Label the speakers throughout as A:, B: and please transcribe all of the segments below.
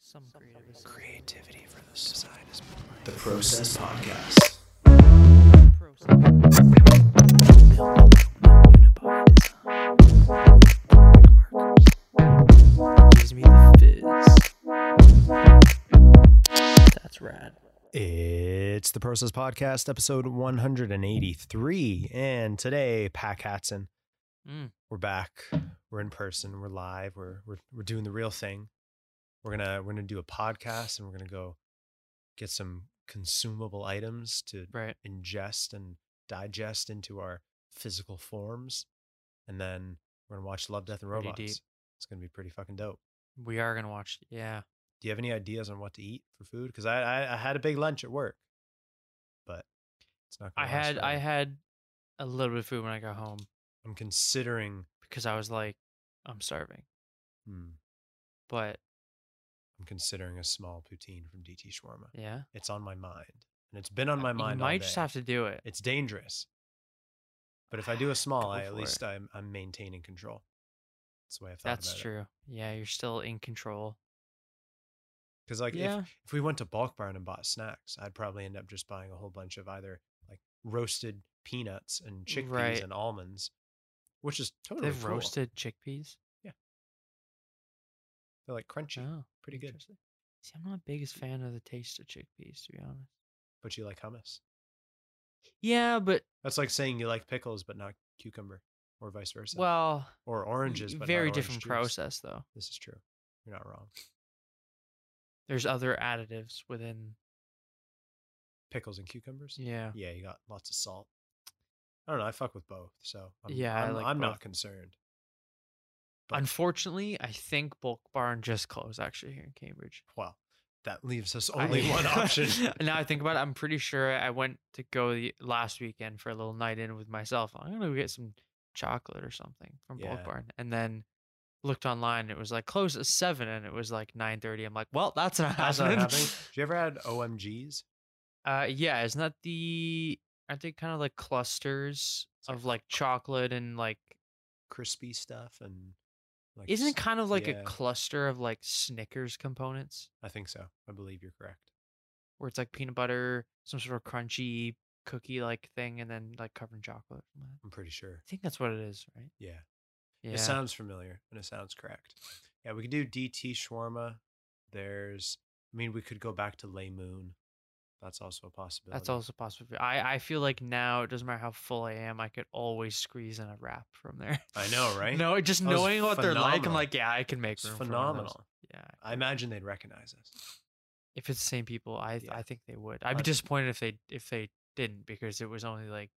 A: Some creative
B: Creativity for the side is the process podcast.
A: process.
B: Gives me the
A: That's rad.
B: fizz. It's the process podcast, episode 183, and today, Pack Hatson.
A: Mm.
B: We're back. We're in person. We're live. We're we're we're doing the real thing. We're gonna we're gonna do a podcast, and we're gonna go get some consumable items to
A: Right.
B: ingest and digest into our physical forms. And then we're going to watch Love, Death, and
A: Pretty
B: Robots.
A: deep.
B: It's going to be pretty fucking dope.
A: We are gonna watch. Yeah.
B: Do you have any ideas on what to eat for food? Because I, I, I had a big lunch at work, but it's not
A: I
B: going to
A: had I had a little bit of food when I got home
B: I'm considering,
A: because I was like, I'm starving.
B: hmm,
A: But
B: I'm considering a small poutine from DT Shawarma.
A: yeah,
B: It's on my mind. And it's been on
A: I-
B: my mind
A: You
B: all
A: might
B: day.
A: just have to do it.
B: It's dangerous. But if I do a
A: Go
B: small, I,
A: for
B: at
A: it.
B: least I'm, I'm maintaining control. That's the way I've thought
A: That's
B: about it.
A: true. Yeah, you're still in control.
B: Because like
A: yeah.
B: if, if we went to bulk barn and bought snacks, I'd probably end up just buying a whole bunch of either like roasted peanuts and chickpeas
A: Right.
B: and almonds, which is totally
A: They've
B: cool.
A: roasted chickpeas.
B: They're like crunchy,
A: Oh,
B: pretty good.
A: interesting. See, I'm not the biggest fan of the taste of chickpeas, to be honest.
B: But you like hummus.
A: Yeah, but
B: That's like saying you like pickles but not cucumber, or vice versa.
A: well,
B: or
A: y-
B: oranges, but not
A: very
B: orange
A: different
B: juice.
A: process though.
B: This is true. You're not wrong.
A: There's other additives within.
B: Pickles and cucumbers.
A: Yeah.
B: Yeah, you got lots of salt. I don't know. I fuck with both, so I'm,
A: Yeah, I
B: I'm,
A: like
B: I'm
A: both.
B: not concerned. But-
A: Unfortunately, I think Bulk Barn just closed actually here in Cambridge.
B: Well, that leaves us
A: I-
B: only one option.
A: now I think about it, I'm pretty sure I went to go the last weekend for a little night in with myself. I'm gonna go get some chocolate or something from
B: Yeah.
A: Bulk Barn, and then looked online. and It was like closed at seven, and it was like nine thirty. I'm like, well, that's not
B: That's not
A: happening.
B: happening. Have you ever had OMGs?
A: Uh, yeah, isn't that the aren't they kind of like clusters
B: It's like
A: of like chocolate and like
B: Crispy stuff and like
A: isn't it
B: s-
A: kind of like
B: yeah.
A: a cluster of like Snickers components
B: I think so. I believe you're correct.
A: where it's like peanut butter, some sort of crunchy cookie like thing, and then like covered in chocolate. or something like that.
B: I'm pretty sure.
A: I think that's what it is, right?
B: Yeah.
A: Yeah.
B: It sounds familiar and it sounds correct. Yeah, we could do DT shawarma. There's I mean we could go back to Lay Moon. That's also a possibility.
A: that's also possible. I I feel like now it doesn't matter how full I am, I could always squeeze in a wrap from there.
B: I know, right?
A: No, it- just
B: That was
A: knowing what they're like, I'm
B: phenomenal.
A: like, yeah, I can make
B: It's
A: room. For one of
B: phenomenal.
A: those. yeah.
B: I imagine they'd recognize us.
A: if it's the same people, I th-
B: Yeah.
A: I think they would. I'd be
B: I'd-
A: disappointed if they if they didn't because it was only like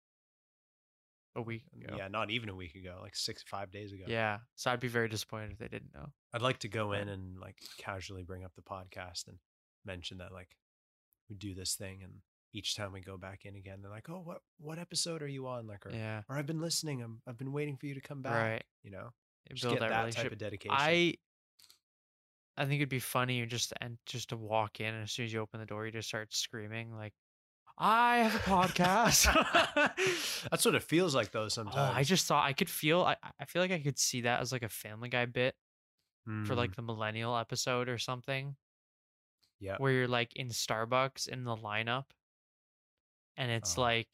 A: a week ago.
B: Mm, Yeah. not even a week ago, like six five days ago.
A: Yeah. So I'd be very disappointed if they didn't know.
B: I'd like to go
A: Right.
B: in and like casually bring up the podcast and mention that like we do this thing and each time we go back in again they're like, "Oh, what what episode are you on?" like or,
A: Yeah.
B: or I've been listening. I'm, I've been waiting for you to come back,
A: Right.
B: you know.
A: It
B: Just
A: build
B: get
A: that,
B: that,
A: relationship.
B: type of dedication.
A: I I think it'd be funny just to and just to walk in and as soon as you open the door you just start screaming like I have a podcast.
B: That's what it feels like though
A: Oh,
B: sometimes.
A: I just thought I could feel I, I feel like I could see that as like a family guy bit for
B: Mm.
A: like the millennial episode or something.
B: yeah.
A: where you're like in Starbucks in the lineup, and it's
B: Oh.
A: like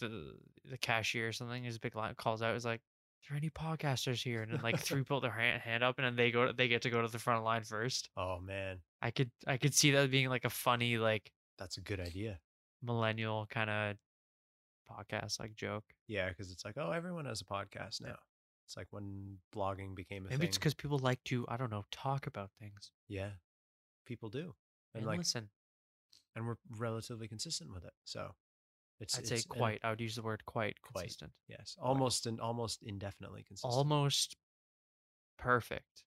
A: the the cashier or something is big line calls out is like, "Is there any podcasters here?" And then like three pull their hand, hand up, and then they go to, they get to go to the front line first.
B: Oh man,
A: I could I could see that being like a funny like
B: that's a good idea.
A: millennial kind of podcast like joke.
B: Yeah, because it's like, oh, everyone has a podcast now. It's like when blogging became a
A: Maybe
B: thing.
A: it's because people like to I don't know talk about things
B: yeah, people do,
A: and,
B: and like,
A: listen.
B: and we're relatively consistent with it. So it's
A: I'd
B: it's
A: say
B: an-
A: quite. I would use the word quite
B: Quite.
A: consistent,
B: yes, almost and almost indefinitely consistent.
A: almost perfect.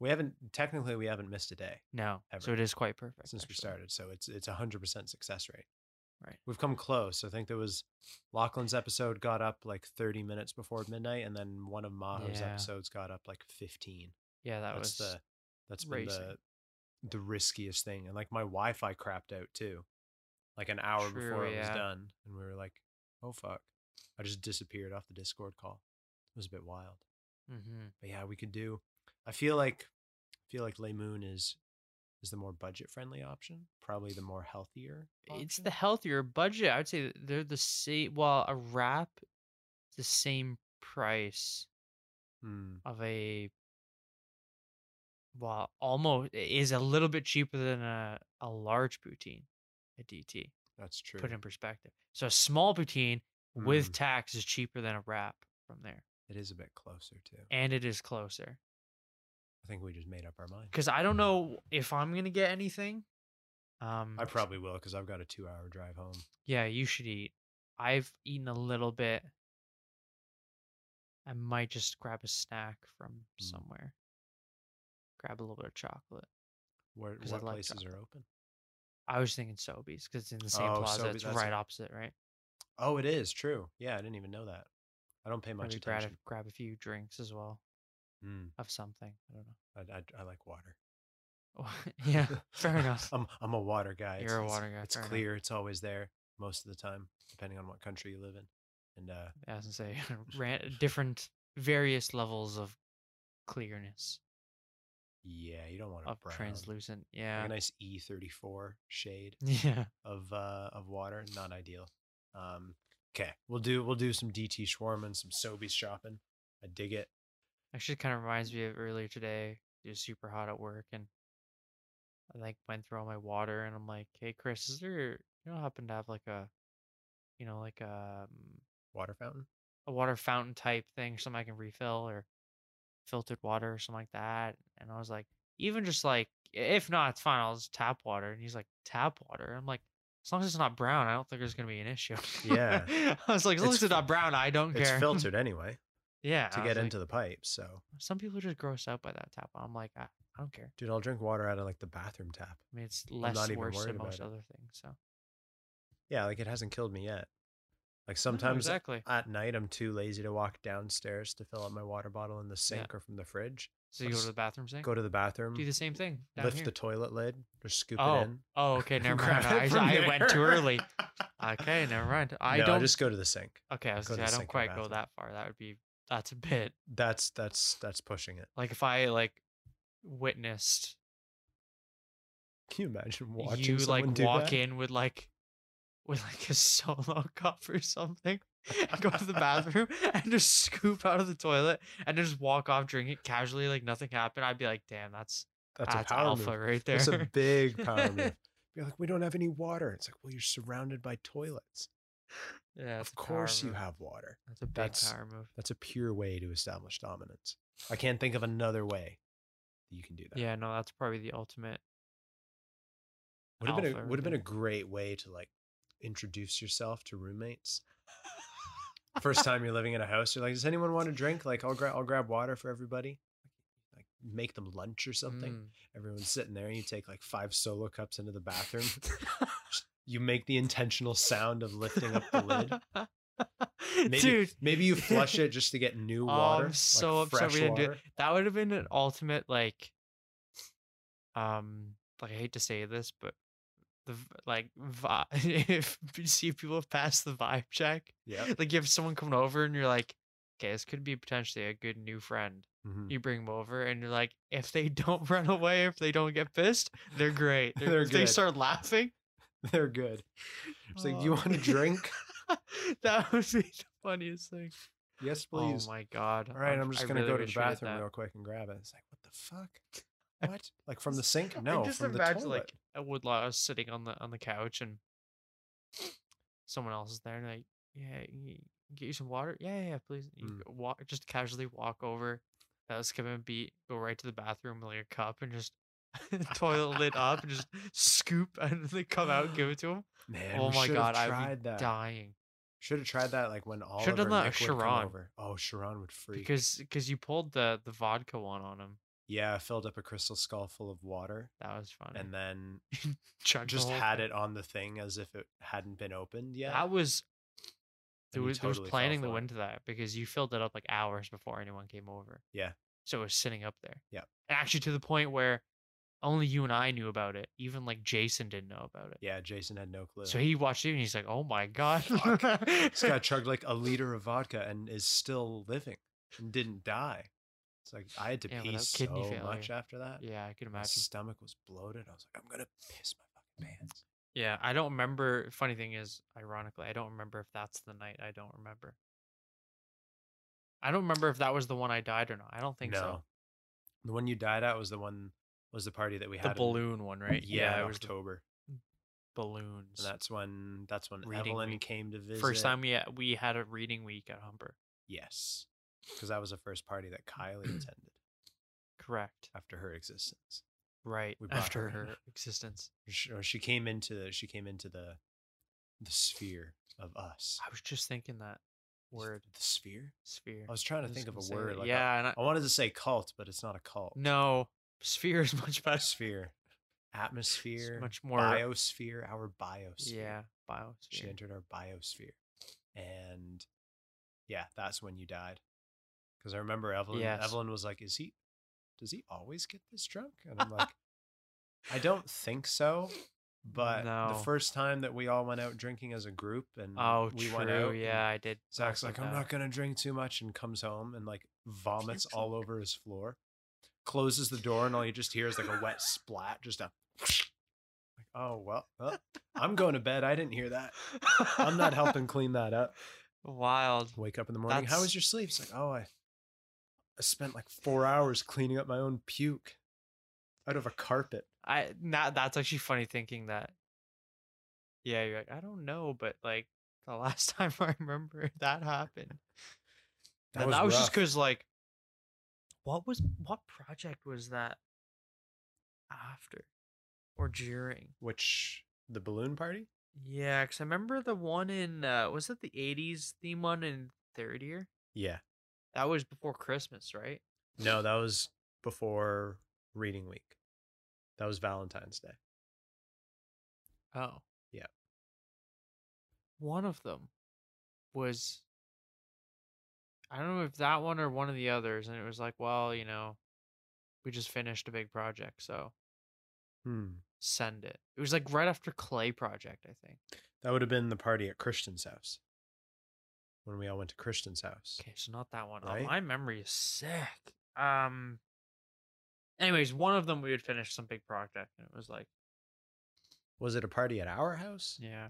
B: we haven't technically we haven't missed a day
A: No, so
B: Ever.
A: it is quite perfect
B: since we
A: actually.
B: started, so it's it's a hundred percent success rate.
A: Right.
B: we've come close. I think there was Lachlan's episode got up like 30 minutes before midnight, and then one of Maho's
A: Yeah.
B: episodes got up like 15.
A: Yeah, that was
B: that's the that's
A: racing.
B: been the the riskiest thing, and like my Wi-Fi crapped out too, like an hour before
A: True,
B: it was
A: yeah.
B: done, and we were like, oh fuck, I just disappeared off the Discord call. It was a bit wild,
A: hmm
B: but yeah, we could do. I feel like feel like Le Moon is is the more budget friendly option, probably the more healthier.
A: It's
B: option.
A: the healthier budget. I would say that they're the same. Well, a wrap, is the same price
B: Hmm.
A: of a. Well, almost it is a little bit cheaper than a a large poutine, a DT.
B: That's true.
A: Put in perspective. So a small poutine with
B: Mm.
A: tax is cheaper than a wrap from there,
B: It is a bit closer too.
A: and it is closer.
B: I think we just made up our mind.
A: Because I don't know if I'm gonna get anything. Um,
B: I probably will because I've got a two hour drive home.
A: Yeah, you should eat. I've eaten a little bit. I might just grab a snack from
B: Mm.
A: somewhere. Grab a little bit of chocolate.
B: Where
A: 'Cause I
B: what
A: like
B: places
A: chocolate.
B: are open?
A: I was thinking Sobeys because it's in the same
B: Oh,
A: plaza.
B: Sobeys,
A: it's
B: that's a-
A: right opposite, right?
B: Oh, it is true. Yeah, I didn't even know that. I don't pay much
A: Maybe grab a,
B: attention.
A: grab a few drinks as well
B: Mm,
A: of something. I don't know.
B: I, I, I like water.
A: yeah, fair enough.
B: I'm I'm a water guy. It's-
A: You're a
B: it's-
A: water guy,
B: It's
A: fair enough.
B: clear. It's always there most of the time, depending on what country you live in. And uh,
A: I was gonna say ran- different, various levels of clearness
B: yeah, you don't want to
A: of translucent. Yeah,
B: A nice E34 shade
A: yeah.
B: of uh, of water, not ideal. Um, okay, we'll do we'll do some DT shawarma and some Sobeys shopping. I dig it.
A: Actually, kind of reminds me of earlier today. It was super hot at work, and I like went through all my water, and I'm like, "Hey, Chris, is there you don't happen to have like a, you know, like a um,
B: Water fountain.
A: a water fountain type thing, or something I can refill or filtered water or something like that?" And I was like, "Even just like, if not, it's fine. I'll just tap water." And he's like, "Tap water." I'm like, "As long as it's not brown, I don't think there's gonna be an issue."
B: Yeah.
A: I was like, "As long
B: It's
A: as it's not
B: fil-
A: brown, I don't
B: It's
A: care."
B: filtered anyway
A: yeah.
B: to
A: I
B: get
A: was like,
B: into the pipe. So,
A: some people are just gross out by that tap. I'm like, I, I don't care.
B: dude, I'll drink water out of like the bathroom tap.
A: I mean, it's less
B: not even
A: worse
B: worried
A: than
B: about
A: most
B: it.
A: other things. So No,
B: Yeah, like it hasn't killed me yet. Like sometimes
A: Oh, exactly.
B: at night, I'm too lazy to walk downstairs to fill up my water bottle in the sink or from the fridge.
A: So you go
B: just
A: to the bathroom sink.
B: Go to the bathroom,
A: do the same thing. Down
B: lift
A: here.
B: the toilet lid, just scoop
A: Oh.
B: it in.
A: oh, okay,
B: and
A: never
B: grab
A: mind.
B: it
A: I,
B: from
A: I went too
B: there.
A: early. Okay, never mind. I
B: No,
A: don't.
B: just go to the sink.
A: okay, I was
B: go
A: gonna
B: to
A: say, I don't
B: the sink or
A: quite go
B: bathroom.
A: that far. That would be that's a bit
B: That's that's that's pushing it.
A: like if I like witnessed
B: Can you imagine watching
A: you like
B: someone do
A: walk
B: that?
A: in with like with like a solo cup or something and go to the bathroom and just scoop out of the toilet and just walk off drink it casually like nothing happened i'd be like damn that's
B: That's,
A: that's,
B: a power
A: alpha
B: move.
A: right there
B: That's a big power move. You're like, we don't have any water. It's like, well, you're surrounded by toilets.
A: yeah that's
B: of
A: a power
B: course you
A: move.
B: have water.
A: that's a big
B: that's-
A: power move
B: That's a pure way to establish dominance. I can't think of another way that you can do that.
A: yeah no that's probably the ultimate
B: Would have been
A: alpha
B: a,
A: right
B: would have been a
A: there.
B: great way to like introduce yourself to roommates. First time you're living in a house, you're like, does anyone want a drink? Like, I'll grab I'll grab water for everybody. Like, make them lunch or something.
A: Mm.
B: Everyone's sitting there, and you take like five solo cups into the bathroom. you make the intentional sound of lifting up the lid. Maybe,
A: mm, dude
B: maybe you flush it just to get new
A: Oh, I'm
B: water.
A: so upset
B: fresh
A: we didn't do it.
B: water.
A: that would have been an ultimate like um like i hate to say this but the v- like vi- if you see people have passed the vibe check
B: Yeah.
A: like you have someone coming over and you're like okay this could be potentially a good new friend
B: Mhm.
A: you bring them over and you're like if they don't run away if they don't get pissed they're great they're,
B: They're
A: if they
B: good.
A: start laughing
B: They're good. It's like, do you
A: Oh.
B: want a drink?
A: that would be the funniest thing
B: yes, please.
A: oh my god
B: All right, I'm,
A: I
B: just gonna
A: really
B: go to
A: wish
B: the
A: we did
B: bathroom
A: that.
B: real quick and grab it. It's like, what the fuck? What? Like from the sink?
A: I
B: No,
A: just
B: from the
A: imagine,
B: toilet.
A: like a woodlot I was sitting on the on the couch and someone else is there and like, yeah, y- get you some water. Yeah, yeah, yeah please. You
B: Mm.
A: go- walk, just casually walk over, uh, skip a beat, go right to the bathroom with like a cup and just toilet lid up and just scoop and then come out and give it to him.
B: Man,
A: oh
B: we
A: my
B: should've
A: god, I'd
B: tried
A: be
B: that.
A: dying
B: Should have tried that like when Oliver
A: Should've done that
B: Nick
A: with
B: would come
A: Sharon.
B: over. Oh, Sharon would freak.
A: because because you pulled the the vodka one on him.
B: yeah, I filled up a crystal skull full of water
A: That was funny.
B: and then
A: Chugged the
B: just
A: whole
B: had
A: thing.
B: it on the thing as if it hadn't been opened yet.
A: That was There
B: and he
A: was, there was
B: totally fell
A: planning that
B: for it.
A: went into that because you filled it up like hours before anyone came over.
B: Yeah.
A: So it was sitting up there.
B: Yep.
A: And actually to the point where only you and I knew about it. Even like Jason didn't know about it.
B: Yeah, Jason had no clue.
A: So he watched it and he's like, oh my God.
B: Fuck. This guy chugged like a liter of vodka and is still living and didn't die. It's like I had to
A: Yeah,
B: pee
A: without kidney
B: so much
A: failure.
B: after that.
A: Yeah, I could
B: My
A: imagine.
B: stomach was bloated. I was like, I'm gonna piss my fucking pants.
A: Yeah, I don't remember. Funny thing is, ironically, I don't remember if that's the night. I don't remember. I don't remember if that was the one I died or not. I don't think so.
B: The one you died at was the one was the party that we
A: The
B: had. in-
A: balloon one, right?
B: Yeah,
A: it
B: in
A: was the
B: October.
A: balloons.
B: And that's when that's when
A: Reading
B: Evelyn
A: week.
B: came to visit.
A: First time we had, we had a reading week at Humber.
B: Yes. Because that was the first party that Kylie attended
A: Correct.
B: after her existence.
A: Right.
B: We brought
A: After
B: her
A: her,
B: in.
A: existence,
B: She, or she came into the she came into the the sphere of us.
A: I was just thinking that word
B: The sphere?
A: sphere.
B: I was trying to think of
A: gonna
B: a
A: say
B: word.
A: that.
B: Like
A: yeah. and I,
B: I, I wanted to say cult, but it's not a cult.
A: no, sphere is much better. It's
B: Sphere. Atmosphere.
A: much more.
B: biosphere. Our biosphere.
A: yeah. Biosphere.
B: She entered our biosphere. And yeah, that's when you died. Because I remember Evelyn
A: Yes.
B: Evelyn was like, Is he does he always get this drunk? And I'm like, I don't think so. But the
A: No.
B: first time that we all went out drinking as a group and
A: Oh,
B: we
A: true.
B: went out. and
A: yeah, I did.
B: Zach's
A: I
B: like,
A: did
B: I'm
A: that.
B: not gonna drink too much and comes home and like vomits all over his floor, closes the door, and all you just hear is like a wet splat, just a like, oh well, well, I'm going to bed. I didn't hear that. I'm not helping clean that up.
A: Wild.
B: Wake up in the morning. How was
A: That's-
B: your sleep? It's like, oh, I, I spent like four hours cleaning up my own puke out of a carpet.
A: I not, that's actually funny thinking that. Yeah, you're like, I don't know, but like the last time I remember that happened,
B: That
A: and
B: was,
A: that was just
B: rough.
A: because like, what was what project was that after or during?
B: Which the balloon party?
A: Yeah, because I remember the one in uh was it the '80s theme one in third year?
B: Yeah.
A: That was before Christmas, right?
B: No, that was before reading week. That was Valentine's Day.
A: Oh.
B: Yeah.
A: One of them was I don't know if that one or one of the others, and it was like, well, you know, we just finished a big project, so
B: Hmm.
A: send it. It was like right after Clay Project, I think.
B: That would have been the party at Christian's house when we all went to Christian's house.
A: Okay, so not that one. Oh,
B: Right?
A: my memory is sick. Um anyways, one of them we had finished some big project and it was like
B: Was it a party at our house?
A: Yeah.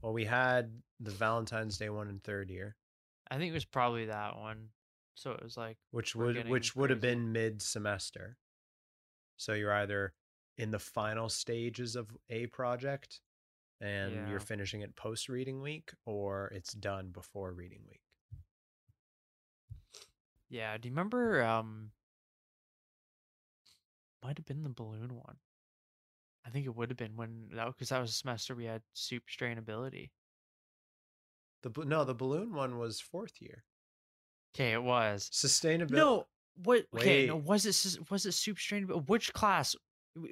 B: Well, we had the Valentine's Day one in third year,
A: I think it was probably that one. So it was like
B: which
A: We're
B: would
A: getting
B: which would have
A: crazy.
B: been mid semester. So you're either in the final stages of a project and
A: Yeah.
B: you're finishing it post reading week or it's done before reading week.
A: Yeah, do you remember um might have been the balloon one. I think it would have been when that because that was a semester we had soup strainability.
B: The bal- no, the balloon one was fourth year.
A: Okay, it was.
B: Sustainability.
A: No, what okay, no,
B: Wait.
A: was it sus- was it soup strainability? Which class? It-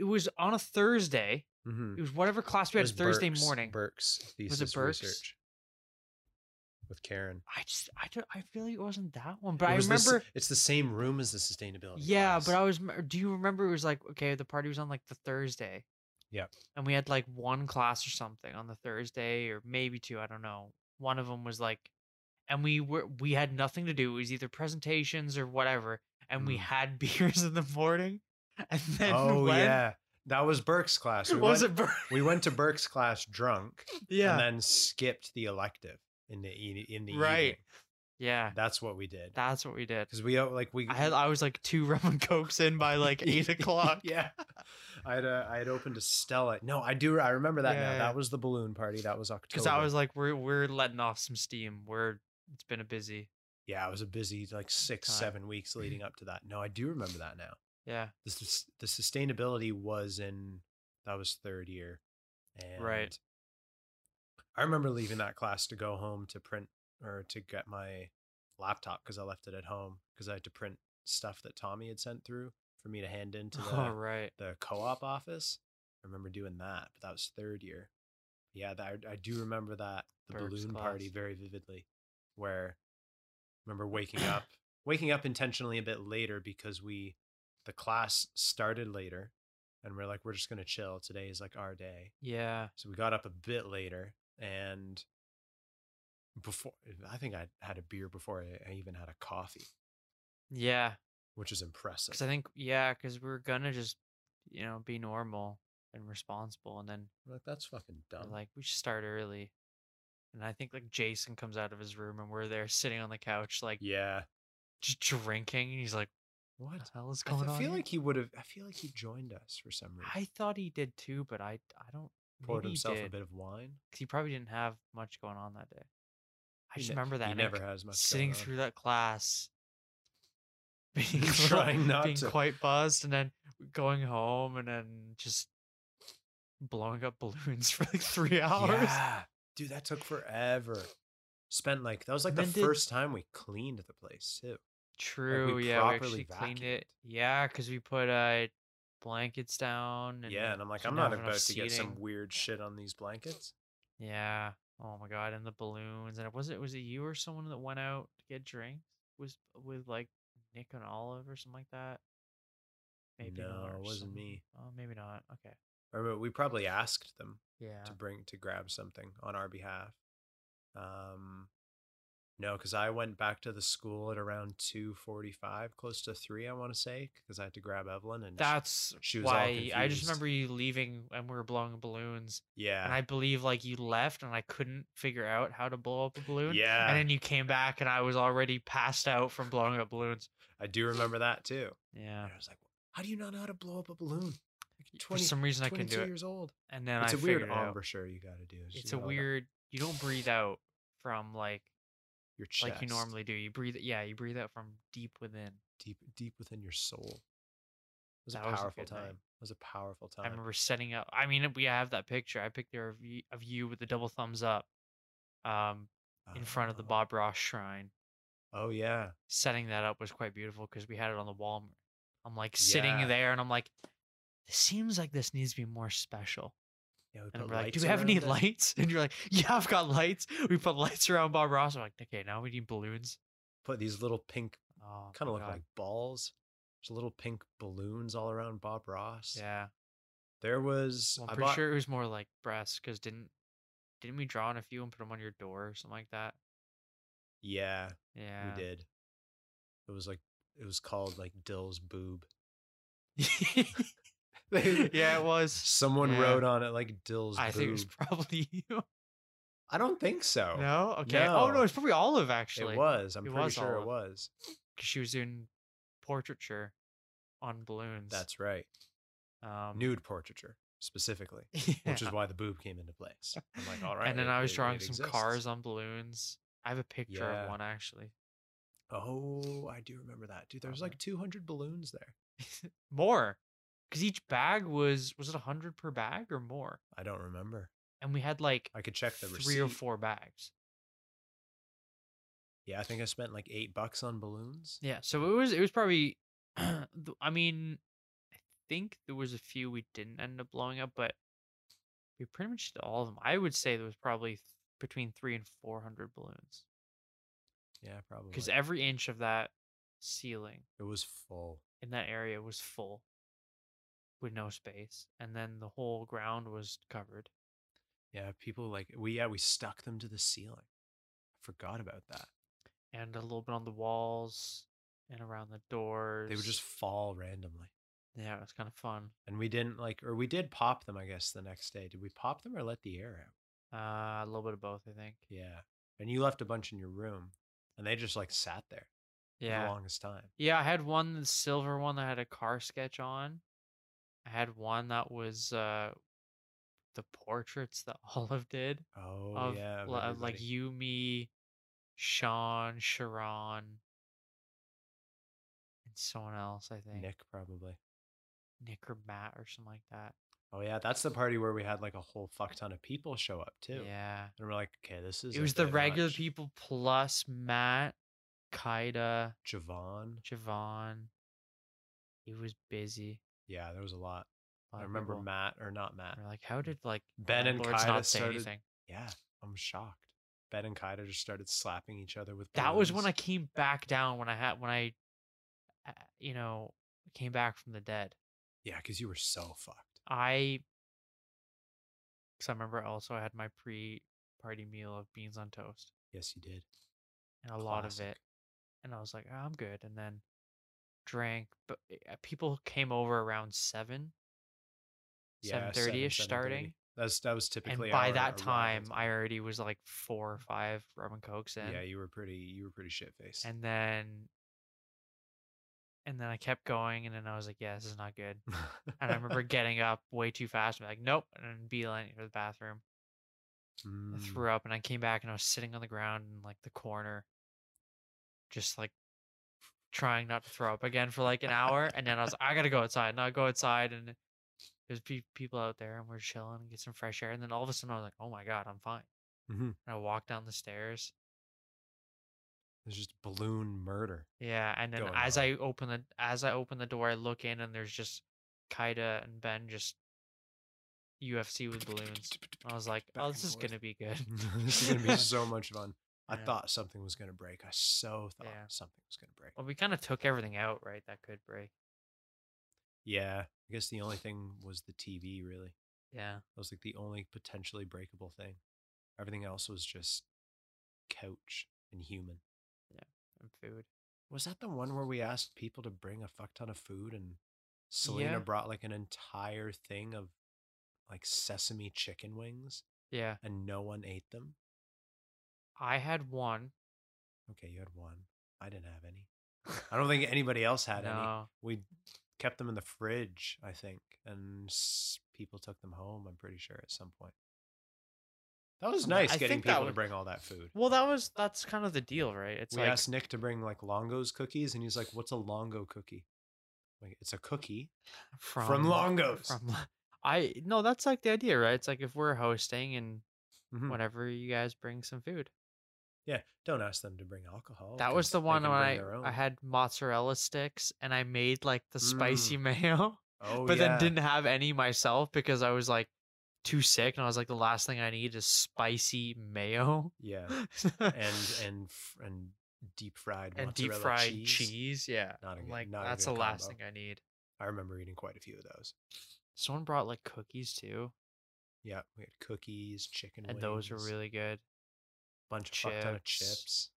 A: It was on a Thursday.
B: Mhm.
A: It was whatever class we
B: It
A: had
B: was
A: Thursday
B: Burke's-
A: morning.
B: Burke's thesis
A: Burke's?
B: research with Karen.
A: I just I don't I feel like it wasn't that one, but
B: It
A: I
B: was the s-
A: remember
B: it's the same room as the sustainability.
A: Yeah, but
B: class.
A: I was. m- Do you remember it was like okay, the party was on like the Thursday.
B: Yep.
A: And we had like one class or something on the Thursday, or maybe two. I don't know. One of them was like, and we were we had nothing to do. It was either presentations or whatever, and we
B: Mm.
A: had beers in the morning. And then
B: oh
A: when,
B: yeah, that was Burke's class. We
A: was
B: went,
A: it? bur-
B: we went to Burke's class drunk
A: yeah,
B: and then skipped the elective in the e- in the
A: Right.
B: evening.
A: yeah.
B: That's what we did
A: That's what we did.
B: because we all- like we
A: I had I was like two rum and cokes in by like eight o'clock.
B: yeah. I had a, I had opened a Stella. No, I do. I remember that now.
A: Yeah.
B: That was the balloon party. That was October.
A: Because I was like, we're we're letting off some steam. We're it's been a busy.
B: yeah, it was a busy like six,
A: Time.
B: seven weeks leading up to that. No, I do remember that now.
A: Yeah.
B: the, sus- the sustainability was in that was third year and
A: Right.
B: i remember leaving that class to go home to print or to get my laptop because i left it at home because i had to print stuff that tommy had sent through for me to hand into the,
A: All right.
B: the co-op office i remember doing that but that was third year yeah that, i do remember that the
A: Burke's
B: balloon party
A: class.
B: very vividly where I remember waking up waking up intentionally a bit later because we the class started later and we're like we're just going to chill today is like our day
A: Yeah.
B: so we got up a bit later and before i think i had a beer before i I even had a coffee
A: Yeah.
B: which is impressive.
A: Because I think, yeah, because we're gonna just, you know, be normal and responsible, and then
B: I'm like, that's fucking
A: we're
B: dumb.
A: like we should start early. And I think like Jason comes out of his room and we're there sitting on the couch, like
B: yeah.
A: just drinking, and he's like, "What
B: What?
A: the hell is
B: I, th-
A: going
B: I
A: on?"
B: feel
A: here?"
B: like he would have. I feel like he joined us for some reason.
A: I thought he did too, but I I don't.
B: poured
A: maybe he
B: himself a
A: did,
B: bit of wine.
A: 'cause He probably didn't have much going on that day. I
B: He
A: just
B: ne-
A: remember that
B: He
A: and, like,
B: never has much.
A: sitting
B: going on.
A: through that class, being
B: Trying not
A: being
B: to.
A: quite buzzed, and then going home, and then just blowing up balloons for like three hours.
B: Yeah, dude, that took forever. Spent like that was like the
A: Then did-
B: first time we cleaned the place too.
A: True. yeah, we actually
B: properly
A: cleaned it.
B: vacuumed.
A: Yeah, because we put uh blankets down. And
B: yeah, and I'm like,
A: didn't
B: I'm not
A: have enough
B: about to get some
A: seating.
B: weird shit on these blankets.
A: Yeah. Oh my god, and the balloons, and it was it was it you or someone that went out to get drinks was with like Nick and Olive or something like that. not,
B: No,
A: or
B: it wasn't me.
A: Oh, maybe not. Okay.
B: Or but we probably asked them
A: Yeah.
B: to bring to grab something on our behalf. Um, no, because I went back to the school at around two forty-five, close to three, I want to say, because I had to grab Evelyn and
A: That's
B: she was all
A: why I just
B: confused.
A: remember you leaving and we were blowing up balloons,
B: yeah,
A: and I believe like you left and I couldn't figure out how to blow up a balloon.
B: yeah,
A: And then you came back and I was already passed out from blowing up balloons.
B: I do remember that too.
A: Yeah.
B: And I was like, how do you not know how to blow up a balloon? Like
A: For some reason I couldn't do
B: 22
A: it.
B: years old.
A: And then
B: it's
A: I
B: a weird
A: figured it out.
B: embouchure you got to do. is
A: It's
B: you
A: a
B: know, the-
A: weird you don't breathe out from like
B: your chest,
A: like you normally do. You breathe yeah, you breathe out from deep within.
B: deep deep within your soul. It was
A: That
B: a
A: was a
B: powerful
A: good
B: time.
A: night.
B: It was a powerful time.
A: I remember setting up. I mean, we have that picture. I picked there of you, of you with the double thumbs up, um, in front of the
B: Oh.
A: Bob Ross shrine.
B: Oh yeah,
A: Setting that up was quite beautiful because we had it on the wall. and I'm like sitting
B: Yeah.
A: there, and I'm like, this seems like this needs to be more special.
B: yeah. We
A: And
B: put
A: we're like, do
B: lights
A: we have any
B: around it.
A: lights? And you're like, yeah, I've got lights. We put lights around Bob Ross. I'm like, okay, now we need balloons.
B: Put these little pink,
A: Oh,
B: kind
A: my
B: of look
A: God.
B: like balls. There's little pink balloons all around Bob Ross.
A: yeah.
B: There was.
A: Well,
B: I
A: I'm pretty
B: bought-
A: sure it was more like breasts because didn't didn't we draw on a few and put them on your door or something like that?
B: Yeah,
A: Yeah,
B: we did. It was like it was called like Dill's boob.
A: yeah, it was.
B: Someone
A: Yeah.
B: wrote on it like Dill's
A: I
B: boob.
A: think it was probably you.
B: I don't think so.
A: No, okay. Oh no,
B: No.
A: it's probably Olive actually.
B: it was. I'm
A: it
B: pretty
A: was
B: sure
A: olive.
B: it was.
A: 'cause she was doing portraiture on balloons.
B: That's right.
A: um,
B: Nude portraiture specifically, which is
A: yeah.
B: why the boob came into place. I'm like, all right.
A: And then
B: it-
A: I was
B: it-
A: drawing
B: it
A: some
B: exists."
A: cars on balloons. I have a picture
B: Yeah.
A: of one actually.
B: Oh, I do remember that, dude. There's
A: Uh-huh.
B: like 200 balloons there.
A: More, because each bag was was it a hundred per bag or more?
B: I don't remember.
A: And we had like
B: I could check the
A: three
B: receipt.
A: or four bags.
B: Yeah, I think I spent like eight bucks on balloons.
A: Yeah, so it was it was probably th- I mean, I think there was a few we didn't end up blowing up, but we pretty much did all of them. I would say there was probably th- between 3 and 400 balloons
B: Yeah, probably.
A: because every inch of that ceiling
B: it was full.
A: in that area was full with no space and then the whole ground was covered.
B: Yeah, people like we yeah we stuck them to the ceiling. I forgot about that.
A: and a little bit on the walls and around the doors.
B: They would just fall randomly.
A: yeah, it was kind of fun.
B: And we didn't like, or we did pop them, I guess, the next day. Did we pop them or let the air out?
A: Uh, a little bit of both, I think.
B: Yeah. And you left a bunch in your room and they just like sat there for the
A: Yeah,
B: longest time.
A: yeah. I had one the silver one that had a car sketch on. I had one that was uh, the portraits that Olive did
B: Oh,
A: of
B: yeah. of
A: li- of, like
B: everybody.
A: you, me, Sean, Sharon, and someone else. I think
B: Nick, probably.
A: Nick or Matt or something like that.
B: Oh, yeah. That's the party where we had like a whole fuck ton of people show up too.
A: Yeah.
B: And we're like, okay, this is.
A: It
B: a
A: was the
B: bit
A: regular
B: much.
A: people plus Matt, Kaida,
B: Javon.
A: Javon. He was busy.
B: Yeah, there was a lot.
A: A lot
B: I
A: of
B: remember
A: people.
B: Matt or not Matt.
A: We're like, how did like
B: Ben and
A: landlords
B: Kaida started-
A: anything?
B: Yeah, I'm shocked. Ben and Kaida just started slapping each other with.
A: That was when I
B: balloons.
A: came back down when I had when I, uh, you know, came back from the dead.
B: Yeah, because you were so fucked.
A: I, because I remember also I had my pre-party meal of beans on toast
B: Yes, you did.
A: and a lot of
B: Classic.
A: it, and I was like, "Ah, I'm good. And then drank, but uh, people came over around seven.
B: Yeah,
A: 7:30 -ish
B: 7,
A: starting.
B: 7:30. That's that was
A: And
B: typically.
A: by
B: our
A: that
B: arrival
A: time, I already was like four or five rum and cokes in.
B: yeah, you were pretty. You were pretty shit faced.
A: and then and then I kept going, and then I was like, "Yeah, this is not good." And I remember getting up way too fast, and be like, "Nope," and then beeline to the bathroom.
B: Mm,
A: I threw up, and I came back, and I was sitting on the ground in like the corner, just like trying not to throw up again for like an hour. And then I was, like, "I gotta go outside." And I go outside, and there's pe- people out there, and we're chilling and get some fresh air. And then all of a sudden, I was like, "Oh my god, I'm fine."
B: Mhm.
A: And I walked down the stairs,
B: It's just balloon murder.
A: Yeah, and then
B: going
A: as
B: on.
A: I open the as I open the door, I look in and there's just Kaida and Ben just UFC with balloons. I was like,
B: Back
A: oh, this
B: and
A: is
B: forth. Mm-hmm.
A: gonna be good.
B: this is gonna be so much fun. I
A: Yeah.
B: thought something was gonna break. I so thought
A: Yeah. Oh.
B: something was gonna break.
A: Well, we kind of took everything out, right? That could break.
B: Yeah, I guess the only thing was the TV. Really,
A: Yeah,
B: that was like the only potentially breakable thing. Everything else was just couch and human.
A: and food.
B: Was that the one where we asked people to bring a fuck ton of food and Selena
A: Yeah.
B: brought like an entire thing of like sesame chicken wings
A: Yeah,
B: and no one ate them?
A: I had one.
B: Okay, you had one. I didn't have any. I don't think anybody else had any.
A: no,
B: We kept them in the fridge, I think, and s- people took them home, I'm pretty sure, at some point. That was
A: I'm like,
B: nice
A: I
B: getting
A: think that
B: people to
A: would-
B: bring all that food.
A: Well, that was that's kind of the deal, right? It's
B: we
A: like
B: asked Nick to bring like Longo's cookies, and he's like, What's a Longo cookie? Like, it's a cookie
A: from
B: from Longo's.
A: From Lo- I no, that's like the idea, right? It's like if we're hosting and
B: Mhm.
A: whatever, you guys bring some food.
B: Yeah, don't ask them to bring alcohol.
A: That
B: They
A: was
B: c-
A: the
B: they
A: one
B: can
A: when
B: bring
A: I,
B: their
A: I
B: own.
A: had mozzarella sticks and I made like the spicy mayo,
B: Mm. Oh,
A: but
B: yeah.
A: then didn't have any myself because I was like too sick and I was like the last thing I need is spicy mayo
B: Yeah, and and f- and deep fried
A: And deep
B: mozzarella
A: fried cheese. Yeah,
B: Not a
A: I'm
B: good-
A: like
B: not a
A: that's
B: good
A: the last
B: combo.
A: thing I need.
B: I remember eating quite a few of those.
A: Someone brought like cookies too,
B: Yeah, we had cookies, chicken,
A: and those were
B: wings,
A: really good.
B: bunch of fuck ton of
A: chips.
B: chips.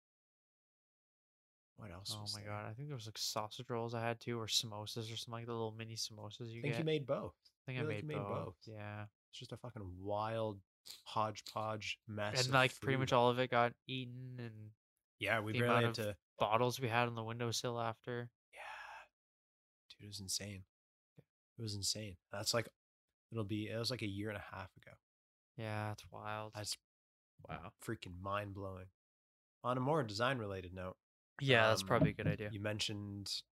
B: What else?
A: Oh
B: was
A: my
B: there?
A: god, I think there was like sausage rolls I had too, or samosas or something like the little mini samosas you
B: I think
A: get.
B: you made both.
A: I think I
B: feel
A: made,
B: like you made
A: both.
B: both.
A: Yeah,
B: It's just a fucking wild hodgepodge mess.
A: and
B: of
A: like pretty much
B: food.
A: all of it got eaten and
B: Yeah, we
A: the
B: barely
A: amount
B: had
A: of-
B: to.
A: bottles we had on the windowsill after.
B: Yeah. Dude, it was insane. It was insane. That's like, it'll be, it was like a year and a half ago.
A: Yeah, it's wild.
B: That's
A: wow.
B: freaking mind blowing. On a more design related note,
A: Yeah, that's
B: Um,
A: probably a good idea.
B: you mentioned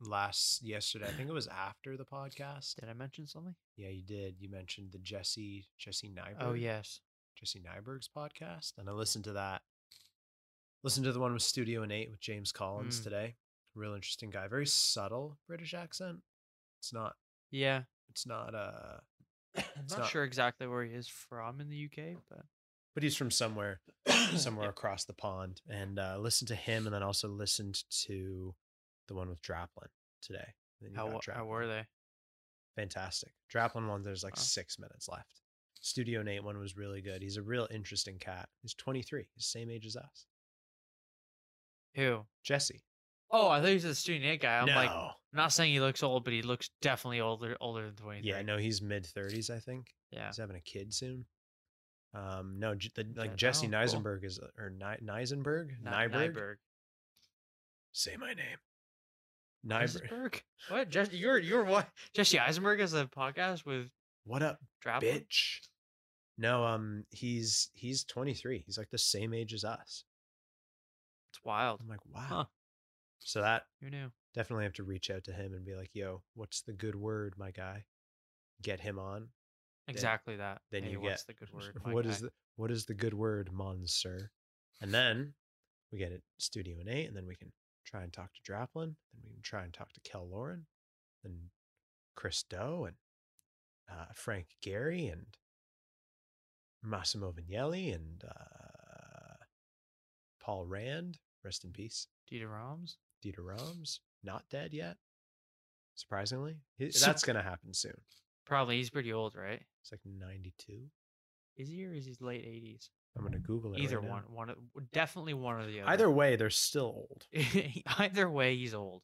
B: last yesterday, I think it was after the podcast.
A: Did I mention something?
B: Yeah, you did. You mentioned the Jesse, Jesse Nyberg.
A: Oh yes.
B: Jesse Nyberg's podcast. And I listened to that. Listened to the one with Studio and Eight with James Collins
A: Mm.
B: today. Real interesting guy. Very subtle British accent. It's not,
A: Yeah.
B: it's not, uh,
A: I'm not,
B: not-
A: sure exactly where he is from in the UK, but
B: but he's from somewhere somewhere across the pond and uh listened to him and then also listened to the one with Draplin today. Then you
A: how
B: got
A: wa- how
B: Draplin.
A: were they?
B: Fantastic. Draplin one, there's like
A: Wow.
B: six minutes left. Studio Nate one was really good. He's a real interesting cat. He's 23. He's the same age as us.
A: Who?
B: Jesse.
A: Oh, I thought he was the student aid guy. I'm like, I'm
B: No.
A: not saying he looks old, but he looks definitely older older than 23.
B: yeah, no, he's mid 30s, I think.
A: Yeah.
B: He's having a kid soon. Um, no, j- the, like
A: Okay,
B: Jesse
A: oh, cool.
B: Neisenberg is, uh, or Ni- Neisenberg?
A: Ni-
B: Nyberg?
A: Nyberg.
B: Say my name. Nyberg.
A: Eisenberg? What? Jess, you're you're what? Jesse Eisenberg has a podcast with
B: What up,
A: Draplin.
B: bitch. No, um, he's he's 23. He's like the same age as us.
A: It's wild.
B: I'm like, wow.
A: Huh.
B: So that
A: Who knew?
B: definitely have to reach out to him and be like, yo, what's the good word, my guy? Get him on.
A: Exactly that.
B: then
A: Hey,
B: you
A: what's
B: get-
A: the good
B: What
A: word?
B: is
A: my guy?
B: the what is the good word, monsieur? And then we get it studio and eight, and then we can try and talk to Draplin, then we can try and talk to Kel Lauren, then Chris Doe and uh, Frank Gehry and Massimo Vignelli and uh, Paul Rand, rest in peace.
A: Dieter Roms?
B: Dieter Roms, not dead yet, surprisingly. He-
A: Sup-
B: That's going to happen soon.
A: Probably. He's pretty old, right?
B: It's like 92.
A: Is he or is he late eighties?
B: I'm going to Google it.
A: Either
B: right now.
A: one, one, of- definitely one or the other.
B: Either way, they're still old.
A: Either way, he's old.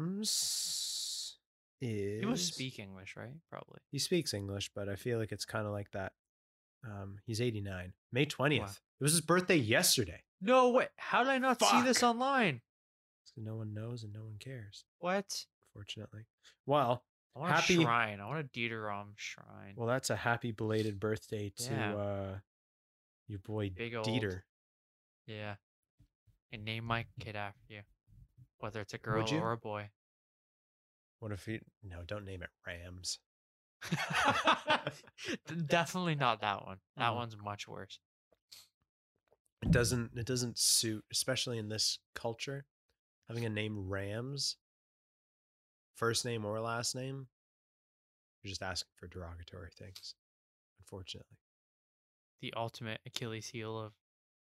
B: Dieter is
A: He must speak English, right? Probably.
B: He speaks English, but I feel like it's kind of like that. Um, he's 89. May 20th. It was his birthday yesterday.
A: No way. How did I not see this
B: Fuck.
A: online?
B: So no one knows and no one cares,
A: What?
B: fortunately. Well,
A: I want
B: Happy-
A: a shrine. I want a Deuterom shrine.
B: well, that's a happy belated birthday to
A: Yeah.
B: uh, your boy
A: Big old-
B: Dieter.
A: yeah. And name my kid after you, whether it's a girl
B: you?
A: or a boy.
B: What if he? No, don't name it Rams.
A: Definitely not that one. That
B: Mhm.
A: one's much worse.
B: It doesn't. It doesn't suit, especially in this culture, having a name Rams. First name or last name, you're just asking for derogatory things. Unfortunately,
A: The ultimate Achilles heel of